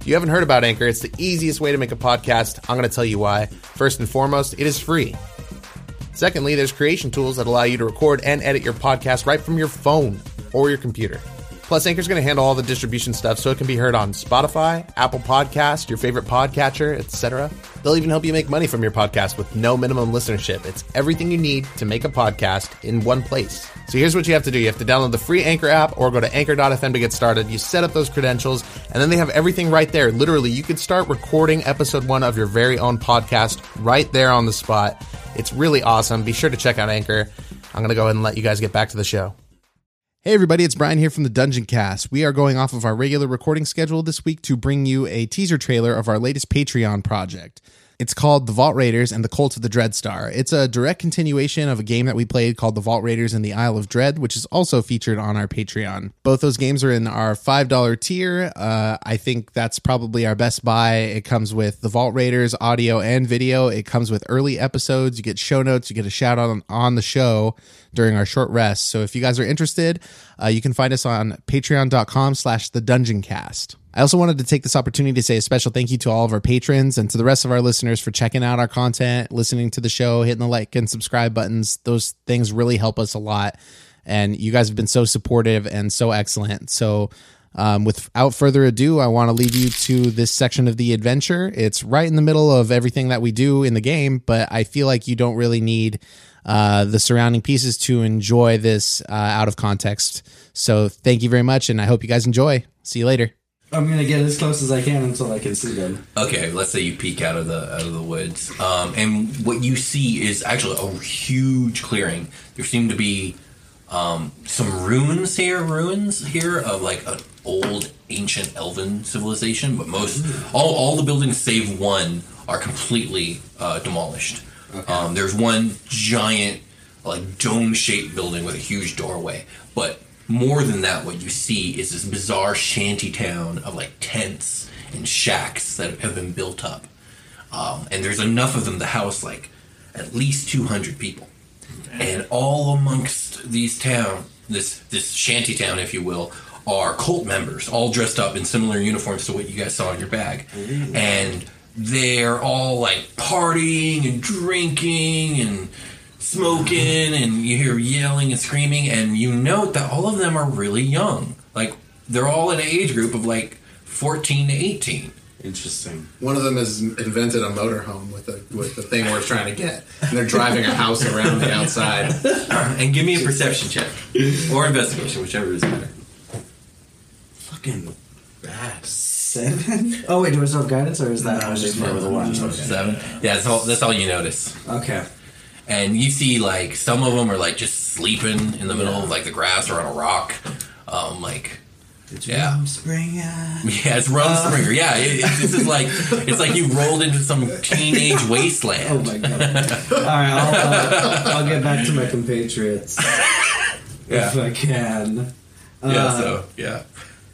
If you haven't heard about Anchor, it's the easiest way to make a podcast. I'm going to tell you why. First and foremost, it is free. Secondly, there's creation tools that allow you to record and edit your podcast right from your phone or your computer. Plus, Anchor's going to handle all the distribution stuff so it can be heard on Spotify, Apple Podcast, your favorite podcatcher, etc. They'll even help you make money from your podcast with no minimum listenership. It's everything you need to make a podcast in one place. So here's what you have to do. You have to download the free Anchor app or go to anchor.fm to get started. You set up those credentials and then they have everything right there. Literally, you could start recording episode 1 of your very own podcast right there on the spot. It's really awesome. Be sure to check out Anchor. I'm going to go ahead and let you guys get back to the show. Hey, everybody, it's Brian here from the Dungeon Cast. We are going off of our regular recording schedule this week to bring you a teaser trailer of our latest Patreon project. It's called The Vault Raiders and the Cult of the Dreadstar. It's a direct continuation of a game that we played called The Vault Raiders and the Isle of Dread, which is also featured on our Patreon. Both those games are in our $5 tier. Uh, I think that's probably our best buy. It comes with The Vault Raiders audio and video, it comes with early episodes. You get show notes, you get a shout out on, on the show during our short rest. So if you guys are interested, uh, you can find us on patreon.com slash the dungeon cast. I also wanted to take this opportunity to say a special thank you to all of our patrons and to the rest of our listeners for checking out our content, listening to the show, hitting the like and subscribe buttons. Those things really help us a lot. And you guys have been so supportive and so excellent. So um, without further ado, I want to lead you to this section of the adventure. It's right in the middle of everything that we do in the game, but I feel like you don't really need uh, the surrounding pieces to enjoy this uh, out of context. So thank you very much, and I hope you guys enjoy. See you later. I'm gonna get as close as I can until I can see them. Okay, let's say you peek out of the out of the woods, um, and what you see is actually a huge clearing. There seem to be um, some ruins here, ruins here of like an old, ancient Elven civilization, but most all, all the buildings save one are completely uh, demolished. Um, there's one giant, like dome-shaped building with a huge doorway, but more than that, what you see is this bizarre shanty town of like tents and shacks that have been built up. Um, and there's enough of them to house like at least 200 people. And all amongst these town, this this shanty town, if you will, are cult members, all dressed up in similar uniforms to what you guys saw in your bag, and they're all like partying and drinking and smoking, and you hear yelling and screaming, and you note that all of them are really young, like they're all in an age group of like 14 to 18. Interesting. One of them has invented a motorhome with a with the thing we're trying to get, and they're driving a house around the outside. And give me a perception check or investigation, whichever is better. Fucking bad. Seven? Oh wait, do I still have guidance or is that? I was just more with a one. Seven. Yeah, that's all. That's all you notice. Okay. And you see, like, some of them are like just sleeping in the middle of like the grass or on a rock. Um, like, It's Yeah. warm Spring. uh, yeah, it's Rum Springer. Yeah, it, it- this is like it's like you rolled into some teenage Oh wasteland. my god. All right, I'll, uh, I'll get back to my compatriots if Yeah. I can. Uh, Yeah. So yeah.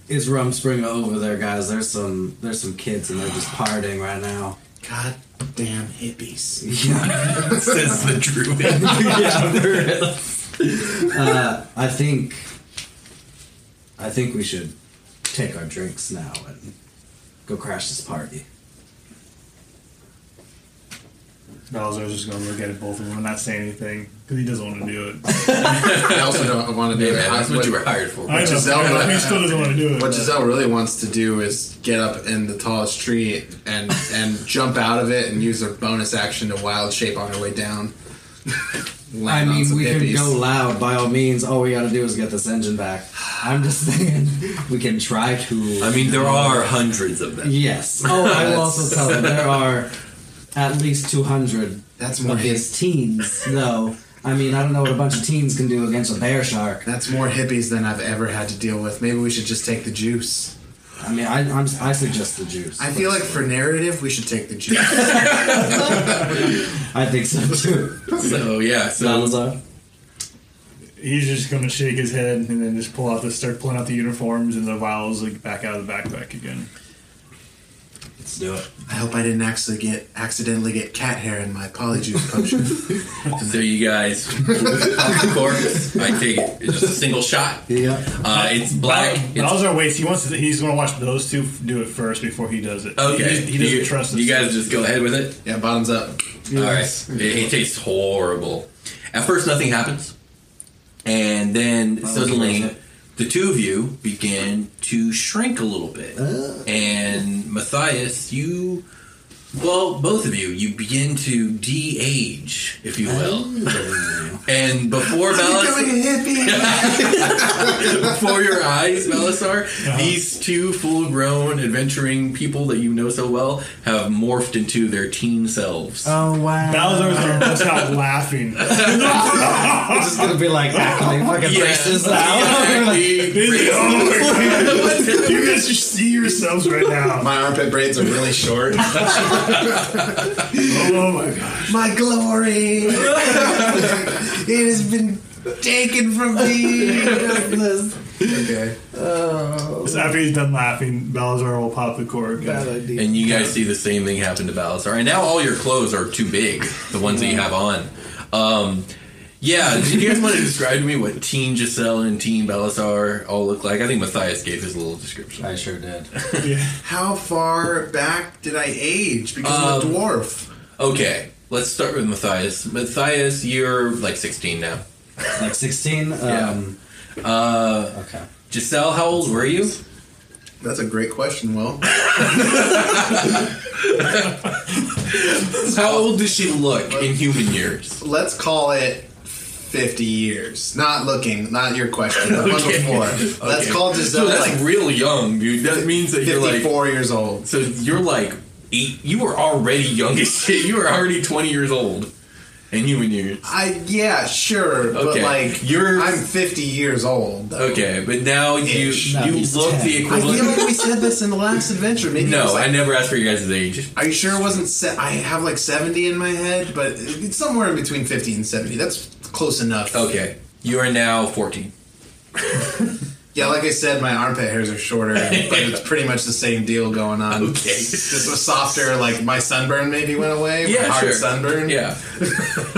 Is Rumspringa over there, guys? There's some there's some kids and they're just partying right now. God damn hippies! Yeah, Says the druid. yeah there is. Uh, I think I think we should take our drinks now and go crash this party. Bells are just going to look at it, both of them, and not say anything because he doesn't want to do it. I also don't want to do Hey, it. man, I- that's what you were hired for. I know. Giselle- I mean, he still doesn't want to do it. What but- Giselle really wants to do is get up in the tallest tree and and jump out of it and use her bonus action to wild shape on her way down. I Land on mean, some we can hippies. go loud by all means. All we got to do is get this engine back. I'm just saying we can try to. I mean, there are hundreds of them. yes. Oh, I will also tell them there are at least 200 That's more of hip- these teens. Though, I mean, I don't know what a bunch of teens can do against a bear shark. that's more hippies than I've ever had to deal with. Maybe we should just take the juice. I mean, I I'm, I suggest the juice. I feel like for narrative, we should take the juice. I think so too. So yeah, so Salazar. He's just going to shake his head and then just pull out the start pulling out the uniforms and the vials like back out of the backpack again. let's do it. I hope I didn't actually get accidentally get cat hair in my polyjuice potion. So you guys, of course, I take it. It's just a single shot. Yeah. Uh, it's black. It's, Bowser waits. He wants. To, he's going to watch those two f- do it first before he does it. He, okay. just- he doesn't you, trust us. You guys just go ahead with it. yeah, bottoms up. All right. It, it tastes horrible. At first, nothing happens, and then suddenly, the two of you begin to shrink a little bit. Uh. And Matthias, you, well, both of you, you begin to de-age, if you will. Oh. and before Balas, Becoming a hippie. before your eyes, Malasar, these two full grown adventuring people that you know so well have morphed into their teen selves. Uh, Oh wow. Bowser's going to bust out laughing. It's just gonna be like acting fucking Yeah. braces out. Exactly. you guys just see yourselves right now. My armpit braids are really short. Oh my god. My glory! it has been taken from me! Okay. So after he's done laughing, Balazar will pop the cork. Bad idea. And you guys see the same thing happen to Balasar. And now all your clothes are too big, the ones that you have on. Um, yeah, do you guys want to describe to me what Teen Giselle and Teen Balasar all look like? I think Matthias gave his little description. I sure did. How far back did I age? Because I'm Um, a dwarf. Okay, let's start with Matthias. Matthias, you're like 16 now. Like 16. Um, Uh, Okay. Giselle, how old were you? That's a great question, Will. How old does she look in human years? Let's call it 50 years. Not looking, not your question, the one Okay. before. Let's Okay. call So Giselle that's like real young, dude. That means that you're like 54 years old. so you're like eight. You were already young as shit. You were already twenty years old in human years. I, yeah, sure, but Okay. like, You're- Uh, I'm 50 years old. though. Okay, but now you Ish. No, you he's look 10. the I feel like equivalent. we said this in the last adventure. Maybe it was No, like I never asked for your guys' age. Are you sure it wasn't? Se- I have like seventy in my head, but it's somewhere in between fifty and seventy. That's close enough. Okay, you are now fourteen. Yeah, like I said, my armpit hairs are shorter, but it's pretty much the same deal going on. Okay. This was softer. Like my sunburn maybe went away. my Yeah, hard sure. sunburn. Yeah,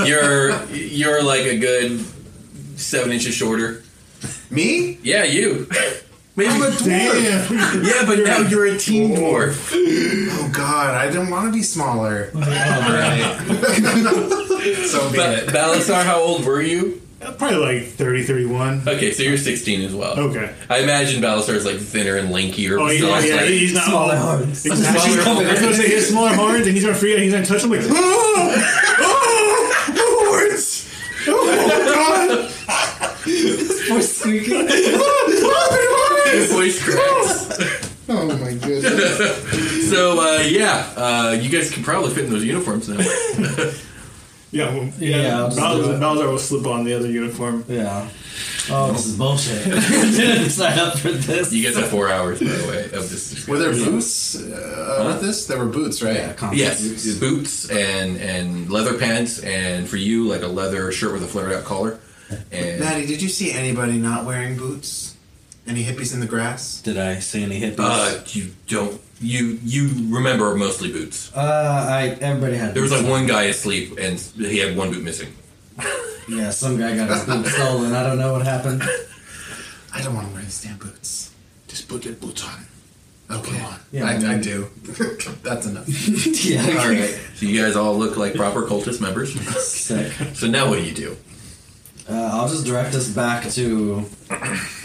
you're you're like a good seven inches shorter. Me? Yeah, you. Maybe I'm a dwarf. Damn. yeah, but now you're a teen dwarf. Oh God, I didn't want to be smaller. All right. so be Ba- it. Balasar, how old were you? Probably like 30, 31. Okay, so you're 16 as well. Okay. I imagine Balasar is like thinner and lankier. Oh, but he, still, yeah, it's like, he's not smaller all- horns. Exactly. Smaller I was gonna say he has smaller horns, and he's gonna free. He's gonna touch them like. Oh, oh, horns! Oh We're squeaking. his voice cracks. Oh my goodness. So uh, yeah, uh, you guys can probably fit in those uniforms now. God! Yeah, well, Yeah, I'll yeah. just do Bowser, it. Bowser will slip on the other uniform. Yeah. Oh, this is bullshit. Didn't sign up for this. You guys have four hours, by the way, of this. Were there boots uh, with this? There were boots, right? Yeah, contact Yes, boots. boots and and leather pants, and for you like a leather shirt with a flared out collar. And Maddie, did you see anybody not wearing boots? Any hippies in the grass? Did I see any hippies? uh, you don't you you remember mostly boots. Uh, I everybody had. There was like boots. one guy asleep, and he had one boot missing. Yeah, some guy got his boot stolen. I don't know what happened. I don't want to wear these damn boots. Just put your boots on. Okay. Yeah, I, I mean- I do. That's enough. yeah. All right. So you guys all look like proper cultist members. Sick. So now what do you do? Uh, I'll just direct us back to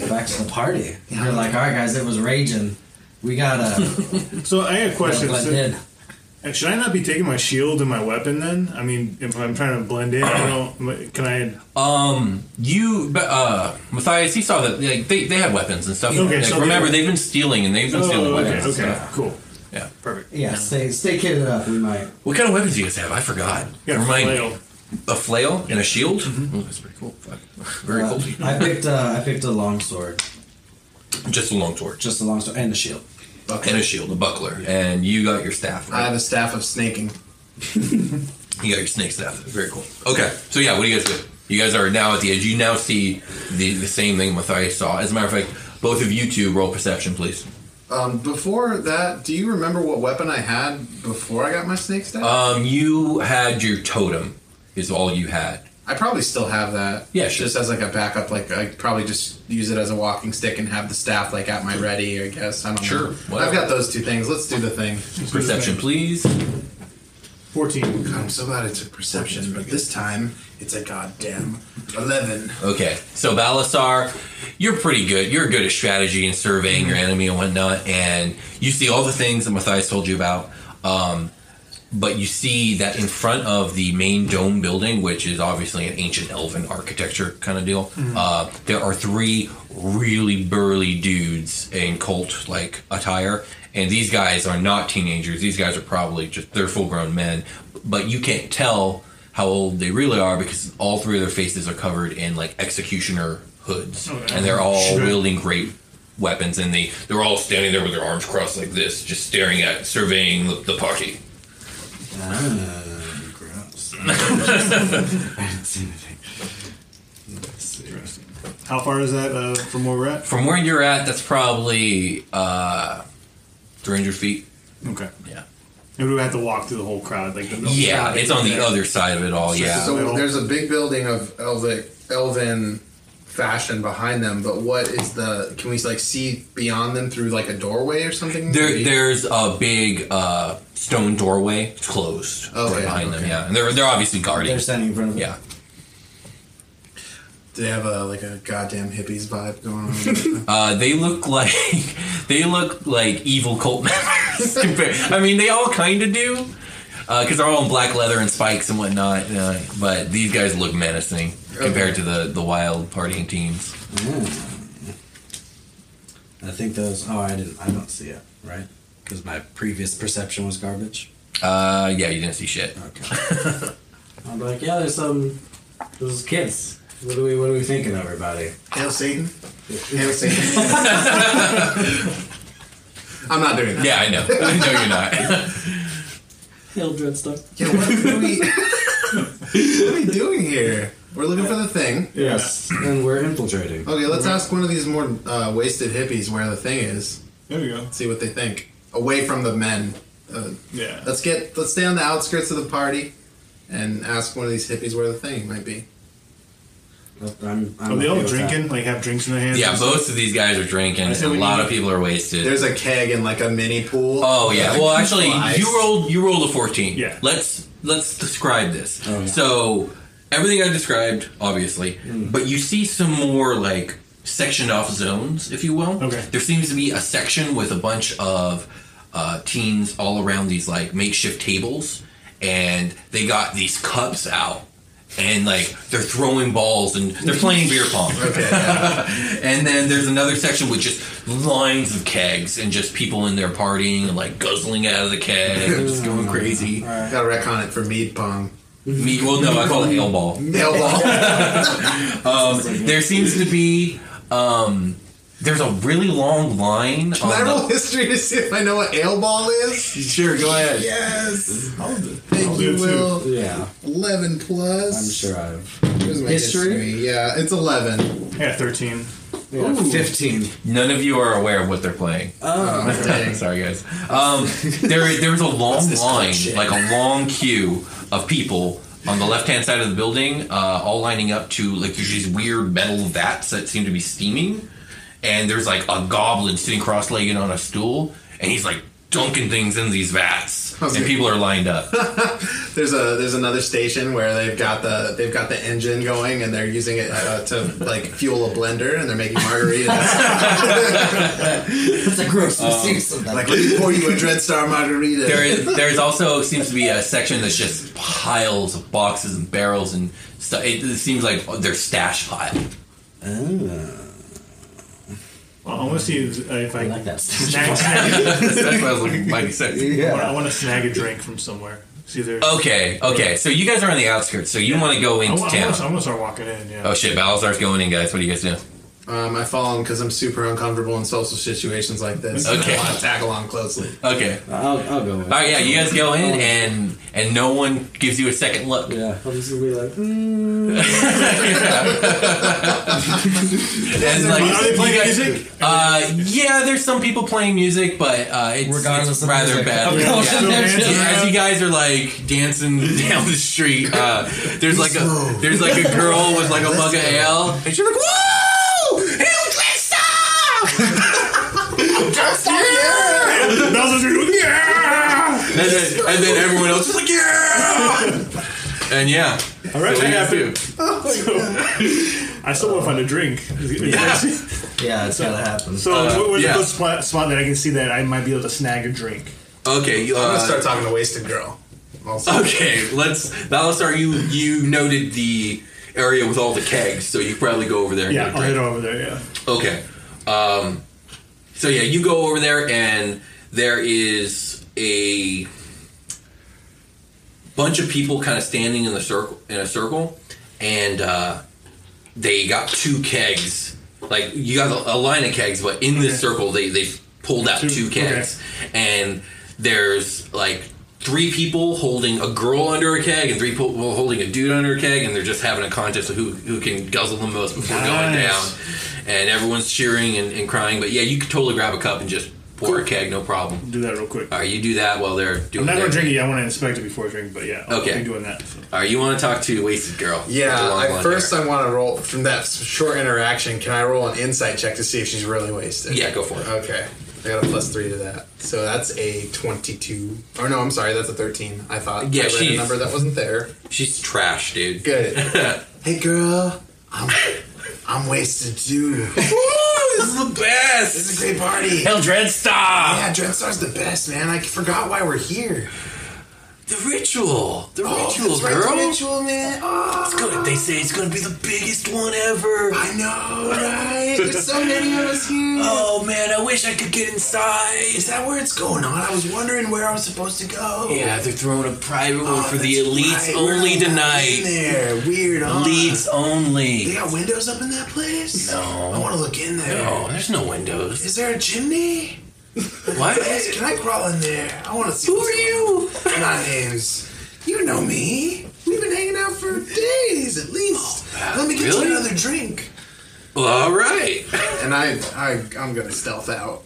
back to the party. We're like, all right, guys, it was raging. We gotta. So I have questions. blend So- in. and should I not be taking my shield and my weapon then? I mean, if I'm trying to blend in, I don't. Can I? Um, you, but, uh, Matthias, he saw that like, they they had weapons and stuff. Okay, Like, so- remember they've been stealing and they've been stealing Oh, okay, weapons. and okay, stuff. cool. Yeah. Perfect. Yeah, stay stay kitted up. We might. What kind of weapons do you guys have? I forgot. Yeah, Remind me. flail. Mm-hmm. A flail and a shield. Oh, that's pretty cool. Fuck. Very Uh, cool. I picked uh, I picked a long sword, Just a long torch just a long sword and a shield. and a shield, a buckler, and you got your staff. I Right? have a staff of snaking. You got your snake staff. Very cool. Okay, so yeah, what do you guys do? You guys are now at the edge. You now see the, the same thing Matthias saw. As a matter of fact, both of you two roll perception, please. Um, before that, do you remember what weapon I had before I got my snake staff? Um, you had your totem, is all you had. I probably still have that. Yeah, sure. Just as like a backup, like I probably just use it as a walking stick and have the staff like at my ready. I guess I don't Sure, know. whatever. I've got those two things. Let's do the thing. Perception, please. Fourteen. God, I'm so glad it's a perception, but this time it's a goddamn eleven. Okay, so Balasar, you're pretty good. You're good at strategy and surveying your enemy and whatnot, and you see all the things that Matthias told you about. Um, but you see that in front of the main dome building, which is obviously an ancient elven architecture kind of deal, uh, there are three really burly dudes in cult like attire. And these guys are not teenagers. These guys are probably just, they're full grown men. But you can't tell how old they really are because all three of their faces are covered in like executioner hoods. And they're all Sure. wielding great weapons. And they, they're all standing there with their arms crossed like this, just staring at, surveying the, the party. Uh, Ah, gross. I didn't see anything. How far is that uh, from where we're at? From where you're at, that's probably uh, 300 feet. Okay. Yeah. And we would have to walk through the whole crowd, like the Yeah, it's on the other side of it all. Yeah. Oh, So Well- there's a big building of elven, elven fashion behind them, but what is the? Can we like see beyond them through like a doorway or something? There, Maybe? there's a big uh, stone doorway. It's closed Oh, Okay, right behind them. okay. Yeah, and they're they're obviously guarding. They're standing in front of it. yeah, Do they have a like a goddamn hippies vibe going on? uh, they look like they look like evil cult members. compared- I mean, they all kind of do because they're all in black leather and spikes and whatnot. Uh, but these guys look menacing compared to the the wild partying teams. I think those. Oh, I didn't. I don't see it. Right? Because my previous perception was garbage. Uh, yeah, you didn't see shit. Okay. I'm like, yeah, there's some. Those kids. What do we? What are we thinking, everybody? Hail Satan! Hail Satan! I'm not doing that. Yeah, I know. no, you're not. Hail Dreadstock. Yeah, what are we? what are we doing here? We're looking for the thing. Yes, and we're infiltrating. Okay, let's ask one of these more uh, wasted hippies where the thing is. There we go. See what they think. Away from the men. Uh, Yeah. let's get. Let's stay on the outskirts of the party, and ask one of these hippies where the thing might be. I'm, I'm Are they okay all with that. drinking? Like have drinks in their hands? yeah, most of these guys are drinking. I said A we lot need- of people are wasted. There's a keg and like a mini pool. Oh yeah. Well, actually, Flies. you rolled you rolled a fourteen. Yeah. Let's let's describe this. Oh, yeah. So everything I described, obviously, but you see some more like sectioned off zones, if you will. Okay. There seems to be a section with a bunch of uh, teens all around these like makeshift tables, and they got these cups out. And like they're throwing balls and they're playing beer pong. Okay. yeah. And then there's another section with just lines of kegs and just people in there partying and like guzzling out of the keg and just going crazy. Gotta recon it for mead pong. Me, well, no, I call it ale ball. Nail ball. Um, there seems to be um, there's a really long line. Can I the- roll history to see if I know what ale ball is? sure, go ahead. Yes. I'll do- I'll Thank do you, it too. Will. Yeah, Eleven plus. I'm sure I've. Here's my History? Yeah, it's eleven. Yeah, thirteen. Yeah, Fifteen. None of you are aware of what they're playing. Oh, dang. Sorry, guys. Um, there, there was a long this line, shit? like a long queue of people on the left-hand side of the building, uh, all lining up to like there's these weird metal vats that seem to be steaming, and there's like a goblin sitting cross-legged on a stool, and he's like dunking things in these vats, was and gonna- people are lined up. There's a there's another station where they've got the they've got the engine going and they're using it uh, to like fuel a blender and they're making margaritas. That's a gross misuse of that. Oh. like let me pour you a Dreadstar margarita. There is there's also seems to be a section that's just piles of boxes and barrels and stuff. It, it seems like they're stash pile. Well, I want to see if, uh, if I, I like that. snag, snag that's, that's what I was looking mighty sexy. I wanna- I want to snag a drink from somewhere. See there. Oh, Okay, okay. So you guys are on the outskirts, so you want to go I, into wa- I, town. want to, I want to start walking in. Yeah. Oh shit, Balazar's going in, guys. What do you guys do? Um, I follow him because I'm super uncomfortable in social situations like this. Okay. I want to tag along closely. Okay. I'll, I'll go with All right, yeah, you guys go in, and and no one gives you a second look. Yeah, I'm just gonna be like, hmm. And like, Are they playing you guys- music? Uh, yeah, there's some people playing music, but uh, it's, Regardless it's of rather music. bad. Of course, Yeah. no Yeah. dancing. Yeah, As you guys are like dancing down the street, uh, there's like a there's like a girl with like a mug of ale, and she's like, "Whoa, Hell Dresta!" The bells are through. Yeah. and, then, and then everyone else is like, "Yeah!" And yeah, All right. So I you have do. to. I still want to find a drink. yeah, it's gotta happen. So what- where's Uh, yeah. the closest spot, spot that I can see that I might be able to snag a drink? Okay, you, I'm gonna uh, start talking to Wasted Girl. Also. okay. Let's Balasar. You you noted the area with all the kegs, so you probably go over there. and Yeah, get a I'll drink. head over there. Yeah. Okay. Um, so yeah, you go over there, and there is a bunch of people kind of standing in the circle in a circle, and uh, they got two kegs. Like you got a, a line of kegs, but in this circle, they they pulled out two, Two- kegs, and there's like. Three people holding a girl under a keg, and three people holding a dude under a keg, and they're just having a contest of who, who can guzzle the most before going Nice. down and everyone's cheering and, and crying. But yeah, you could totally grab a cup and just pour a keg, no problem. Do that real quick. All right, you do that while they're doing. I'm not their- gonna drink it. yet. I want to inspect it before I drink. But yeah, I'll Okay. be doing that. so. All right, you want to talk to Wasted Girl? With the Yeah, long I, blonde first hair. I want to roll from that s- short interaction. Can I roll an insight check to see if she's really wasted? Yeah, go for it. Okay, I got a plus three to that, so that's a twenty-two. Oh no, I'm sorry, that's a thirteen. I thought. Yeah, I read she's- a number that wasn't there. She's trash, dude. Good. hey, girl, I'm I'm wasted too. Woo, this is the This best. is a great party. Hell, Dreadstar. Yeah, Dreadstar's the best, man. I forgot why we're here. The ritual. The Oh, ritual, that's right, girl. the ritual, man. Oh, It's gonna- They say it's gonna be the biggest one ever. I know, right? There's so many of us here. Oh man, I wish I could get inside. Is that where it's going on? I was wondering where I was supposed to go. Yeah, they're throwing a private one Oh, for the that's elites right. only We're not in tonight. there, weird. Huh? Elites only. They got windows up in that place. No. I want to look in there. No, Oh, there's no windows. Is there a chimney? What? Yes, Can I crawl in there? I want to see. Who what's are you? going on. My name's. You know me. We've been hanging out for days at least. Let me get really? you another drink. Well, all right. And I, I, I'm gonna stealth out.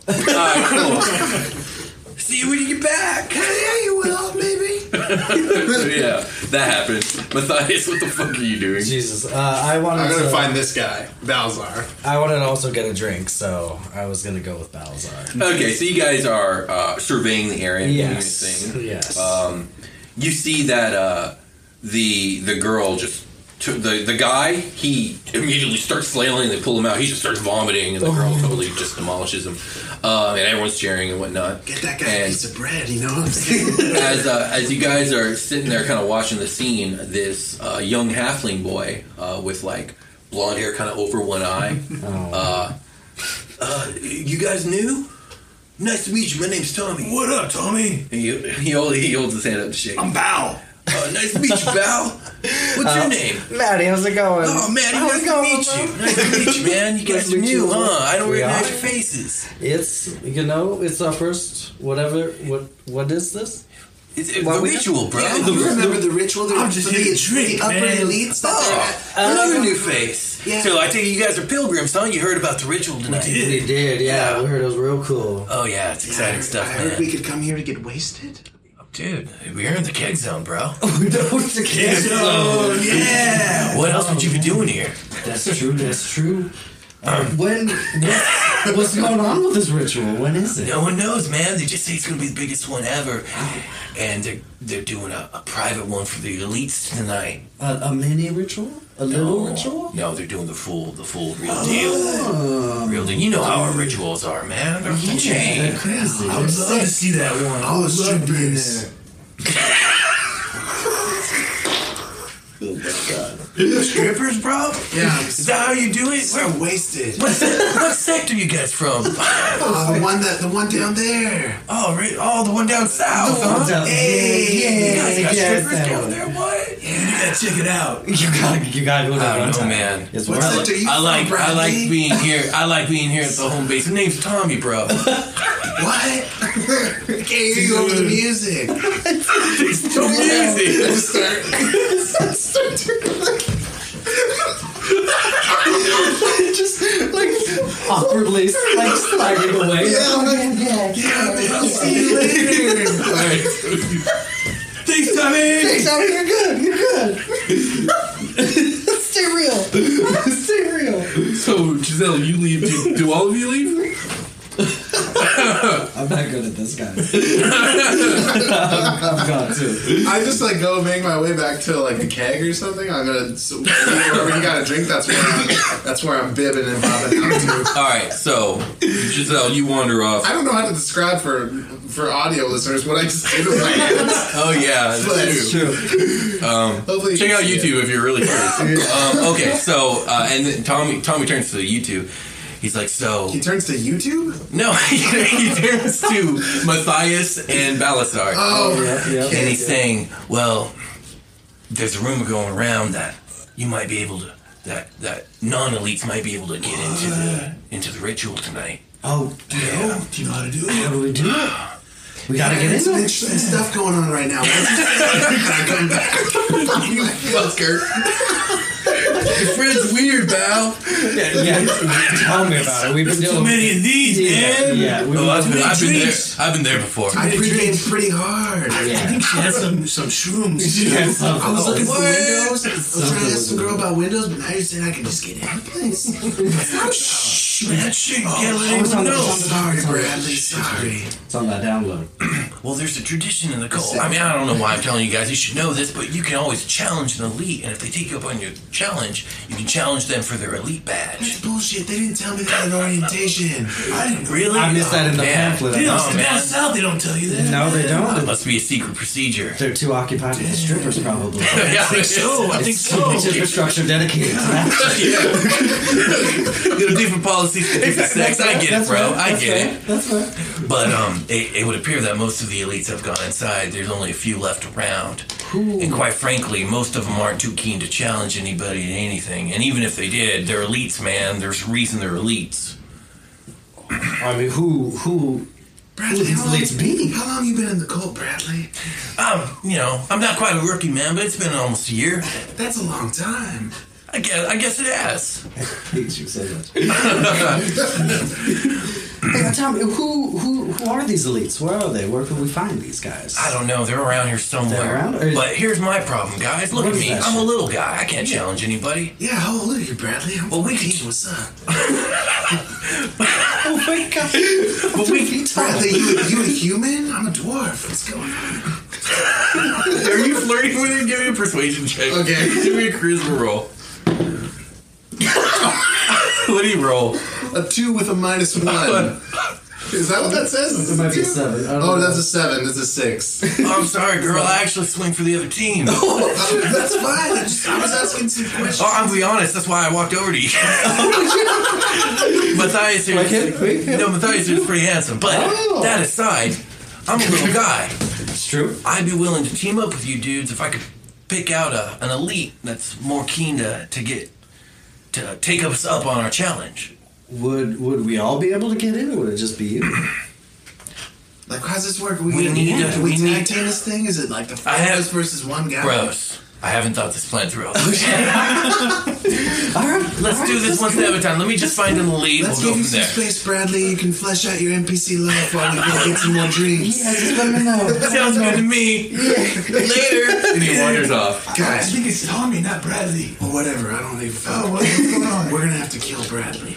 See you when you get back. yeah, you will, maybe. yeah, that happened. Matthias, what the fuck are you doing? Jesus, uh, I wanted I'm to gonna find this guy, Balzar. I wanted to also get a drink, so I was gonna go with Balzar. Okay, so you guys are uh, surveying the area. and doing your Yes, thing. yes. Um, you see that uh, the the girl just took the the guy. He immediately starts flailing. They pull him out. He just starts vomiting, and the girl totally just demolishes him. Um, and everyone's cheering and whatnot. Get that guy a And piece of bread. You know what I'm saying? as uh, as you guys are sitting there, kind of watching the scene, this uh, young halfling boy uh, with like blonde hair, kind of over one eye. Oh. Uh, uh, you guys knew? Nice to meet you. My name's Tommy. What up, Tommy? And He, he, hold, he holds his hand up to shake. I'm Bow. Uh, nice to meet you, pal. What's Uh, your name? Maddie, how's it going? Oh, Maddie, how's nice it to going, meet bro? you. Nice to meet you, man. You Nice guys to are meet new, you. huh? I don't We recognize are. your faces. It's you know, it's our first whatever. What what is this? It's, it's Well, the we- ritual, bro. Yeah, The- you the- remember the ritual? The, I'm just the, here to the drink, upper man. elites. That Oh, Uh, another new face. yeah. So I take it you guys are pilgrims, huh? You heard about the ritual tonight. We did, yeah. Yeah. We heard it was real cool. Oh yeah, it's I exciting heard- stuff, I man. heard we could come here to get wasted. Dude, we're in the keg zone, bro. We don't forget. Oh yeah. What else would you be doing here? That's true. That's true. Um, Uh, when What's going on with this ritual? When is it? No one knows, man. They just say it's going to be the biggest one ever, and they're they're doing a, a private one for the elites tonight. Oh. A, a mini ritual? A little ritual? Oh. No, they're doing the full, the full real deal. Real deal. You know how our rituals are, man. They're full chain. They're crazy. I would love to see that one. I would love to be in there. Strippers, bro? Yeah. Is that how you do it? Where, We're wasted. what, sect, what sect are you guys from? Oh, the one that the one down there. Oh, re- oh, the one down south. The one huh? down- hey, yeah, you guys yeah, got yeah, strippers that down one. there. What? You gotta check it out. You gotta, you gotta go to I one don't know, time. man. It's What's worth it. it do? You I like from I like Bradley? being here. I like being here at the home base. My name's Tommy, bro. What? I can't hear you over the music. It's no music. Start. just like awkwardly like sliding away. Yeah, yeah, yeah. I'll see you later. Thanks, Tommy. Hey, Tommy, you're good. You're good. Stay real. Stay real. So, Giselle, you leave. Do, do all of you leave? I'm not good at this, guys. I'm, I'm gone too. I just like go make my way back to like a keg or something. I'm gonna so, wherever you got a drink. That's where I'm, that's where I'm bibbing and bobbing out to. All right, so Giselle, you wander off. I don't know how to describe for for audio listeners what I just did with my hands. Oh yeah, it's But- true. True. Hopefully, you Check can out see it. YouTube if you're really curious. um, okay, so uh, and then Tommy Tommy turns to YouTube. He's like, so He turns to YouTube. no, he turns to Matthias and Balasar. Yeah, yeah. and he's saying, "Well, there's a rumor going around that you might be able to that that non-elites might be able to get into the into the ritual tonight." Oh, Yeah. Do you know how to do how it? do we do it? We gotta get There's some into it. interesting stuff going on right now. Why don't you say that? Can I come back? You fucker. Your friend's weird, pal. Yeah, tell me about it. We've been Too doing many of these, Yeah, man. yeah, we Oh, I've, love been, I've been there. treats. I've been there before. I pregame pretty hard. I think she had some some shrooms. Yeah, something. I was looking for What? windows. I was trying to ask some Something. girl about windows, but now you're saying I can just get out of place. Shh, man, that shit can't let I was anyone on the- know. Sorry, Bradley. Sorry. It's on that download. Well, there's a tradition in the cult. I mean, I don't know why I'm telling you guys. You should know this, but you can always challenge an elite, and if they take you up on your challenge, you can challenge them for their elite badge. That's bullshit. They didn't tell me that in orientation. I didn't really. I missed that in the man. pamphlet. They don't, Oh, man. down south, they don't tell you that. No, they don't. Must be a secret procedure. They're too occupied with the strippers, probably. yeah, I think So I think It's so. so much infrastructure dedicated to that. You know, different policies for different sex. I get it, That's bro. right, I that's get right, it. That's right. But um, it, it would appear that most of the elites have gone inside. There's only a few left around. And quite frankly, most of them aren't too keen to challenge anybody to anything. And even if they did, they're elites, man. There's a reason they're elites. I mean, who who Bradley, These how long, leads me. how long you been in the cult, Bradley? Um, you know, I'm not quite a rookie, man, but it's been almost a year. That's a long time. I guess, I guess it has. hates you so much? Hey, now, Tom, who who who are these elites? Where are they? Where can we find these guys? I don't know. They're around here somewhere. They're around, or- But here's my problem, guys. Look What at is me. that I'm a shit? little guy. I can't challenge anybody. Yeah, how old are you, Bradley? I'm Well, we 14. can- What's up? Oh my god! But we. Bradley, you, you a human? I'm a dwarf. What's going on? Are you flirting with him? Give me a persuasion check. Okay. Give me a charisma roll. what do you roll? A two with a minus one. Is that what that says? It might be Two? a seven. I don't Oh, know. that's a seven. That's a six. Oh, I'm sorry, girl. I actually swing for the other team. Oh, Oh, that's fine. I, just, I was asking some questions. I'm gonna be honest. That's why I walked over to you. Matthias here. Like him? Wait, him? No, Matthias is pretty handsome. But Oh. that aside, I'm a little guy. It's true. I'd be willing to team up with you dudes if I could pick out a, an elite that's more keen to, to get to take us up on our challenge. Would would we all be able to get in, or would it just be you? Like, how's this work? Are we, We gonna need do- to- do we we tag need- team this thing? Is it like the I five have- of us versus one guy? Gross. I haven't thought this plan through. all right, let's do this one step at a time. Let me just find a lead. We'll Let's go give from you some there. space, Bradley. You can flesh out your NPC life while we go get some more drinks. just let me know. Sounds good to me. Later. And he wanders off. I Guys, think it's Tommy, not Bradley. well, whatever. I don't even. Oh, what's going on? We're gonna have to kill Bradley.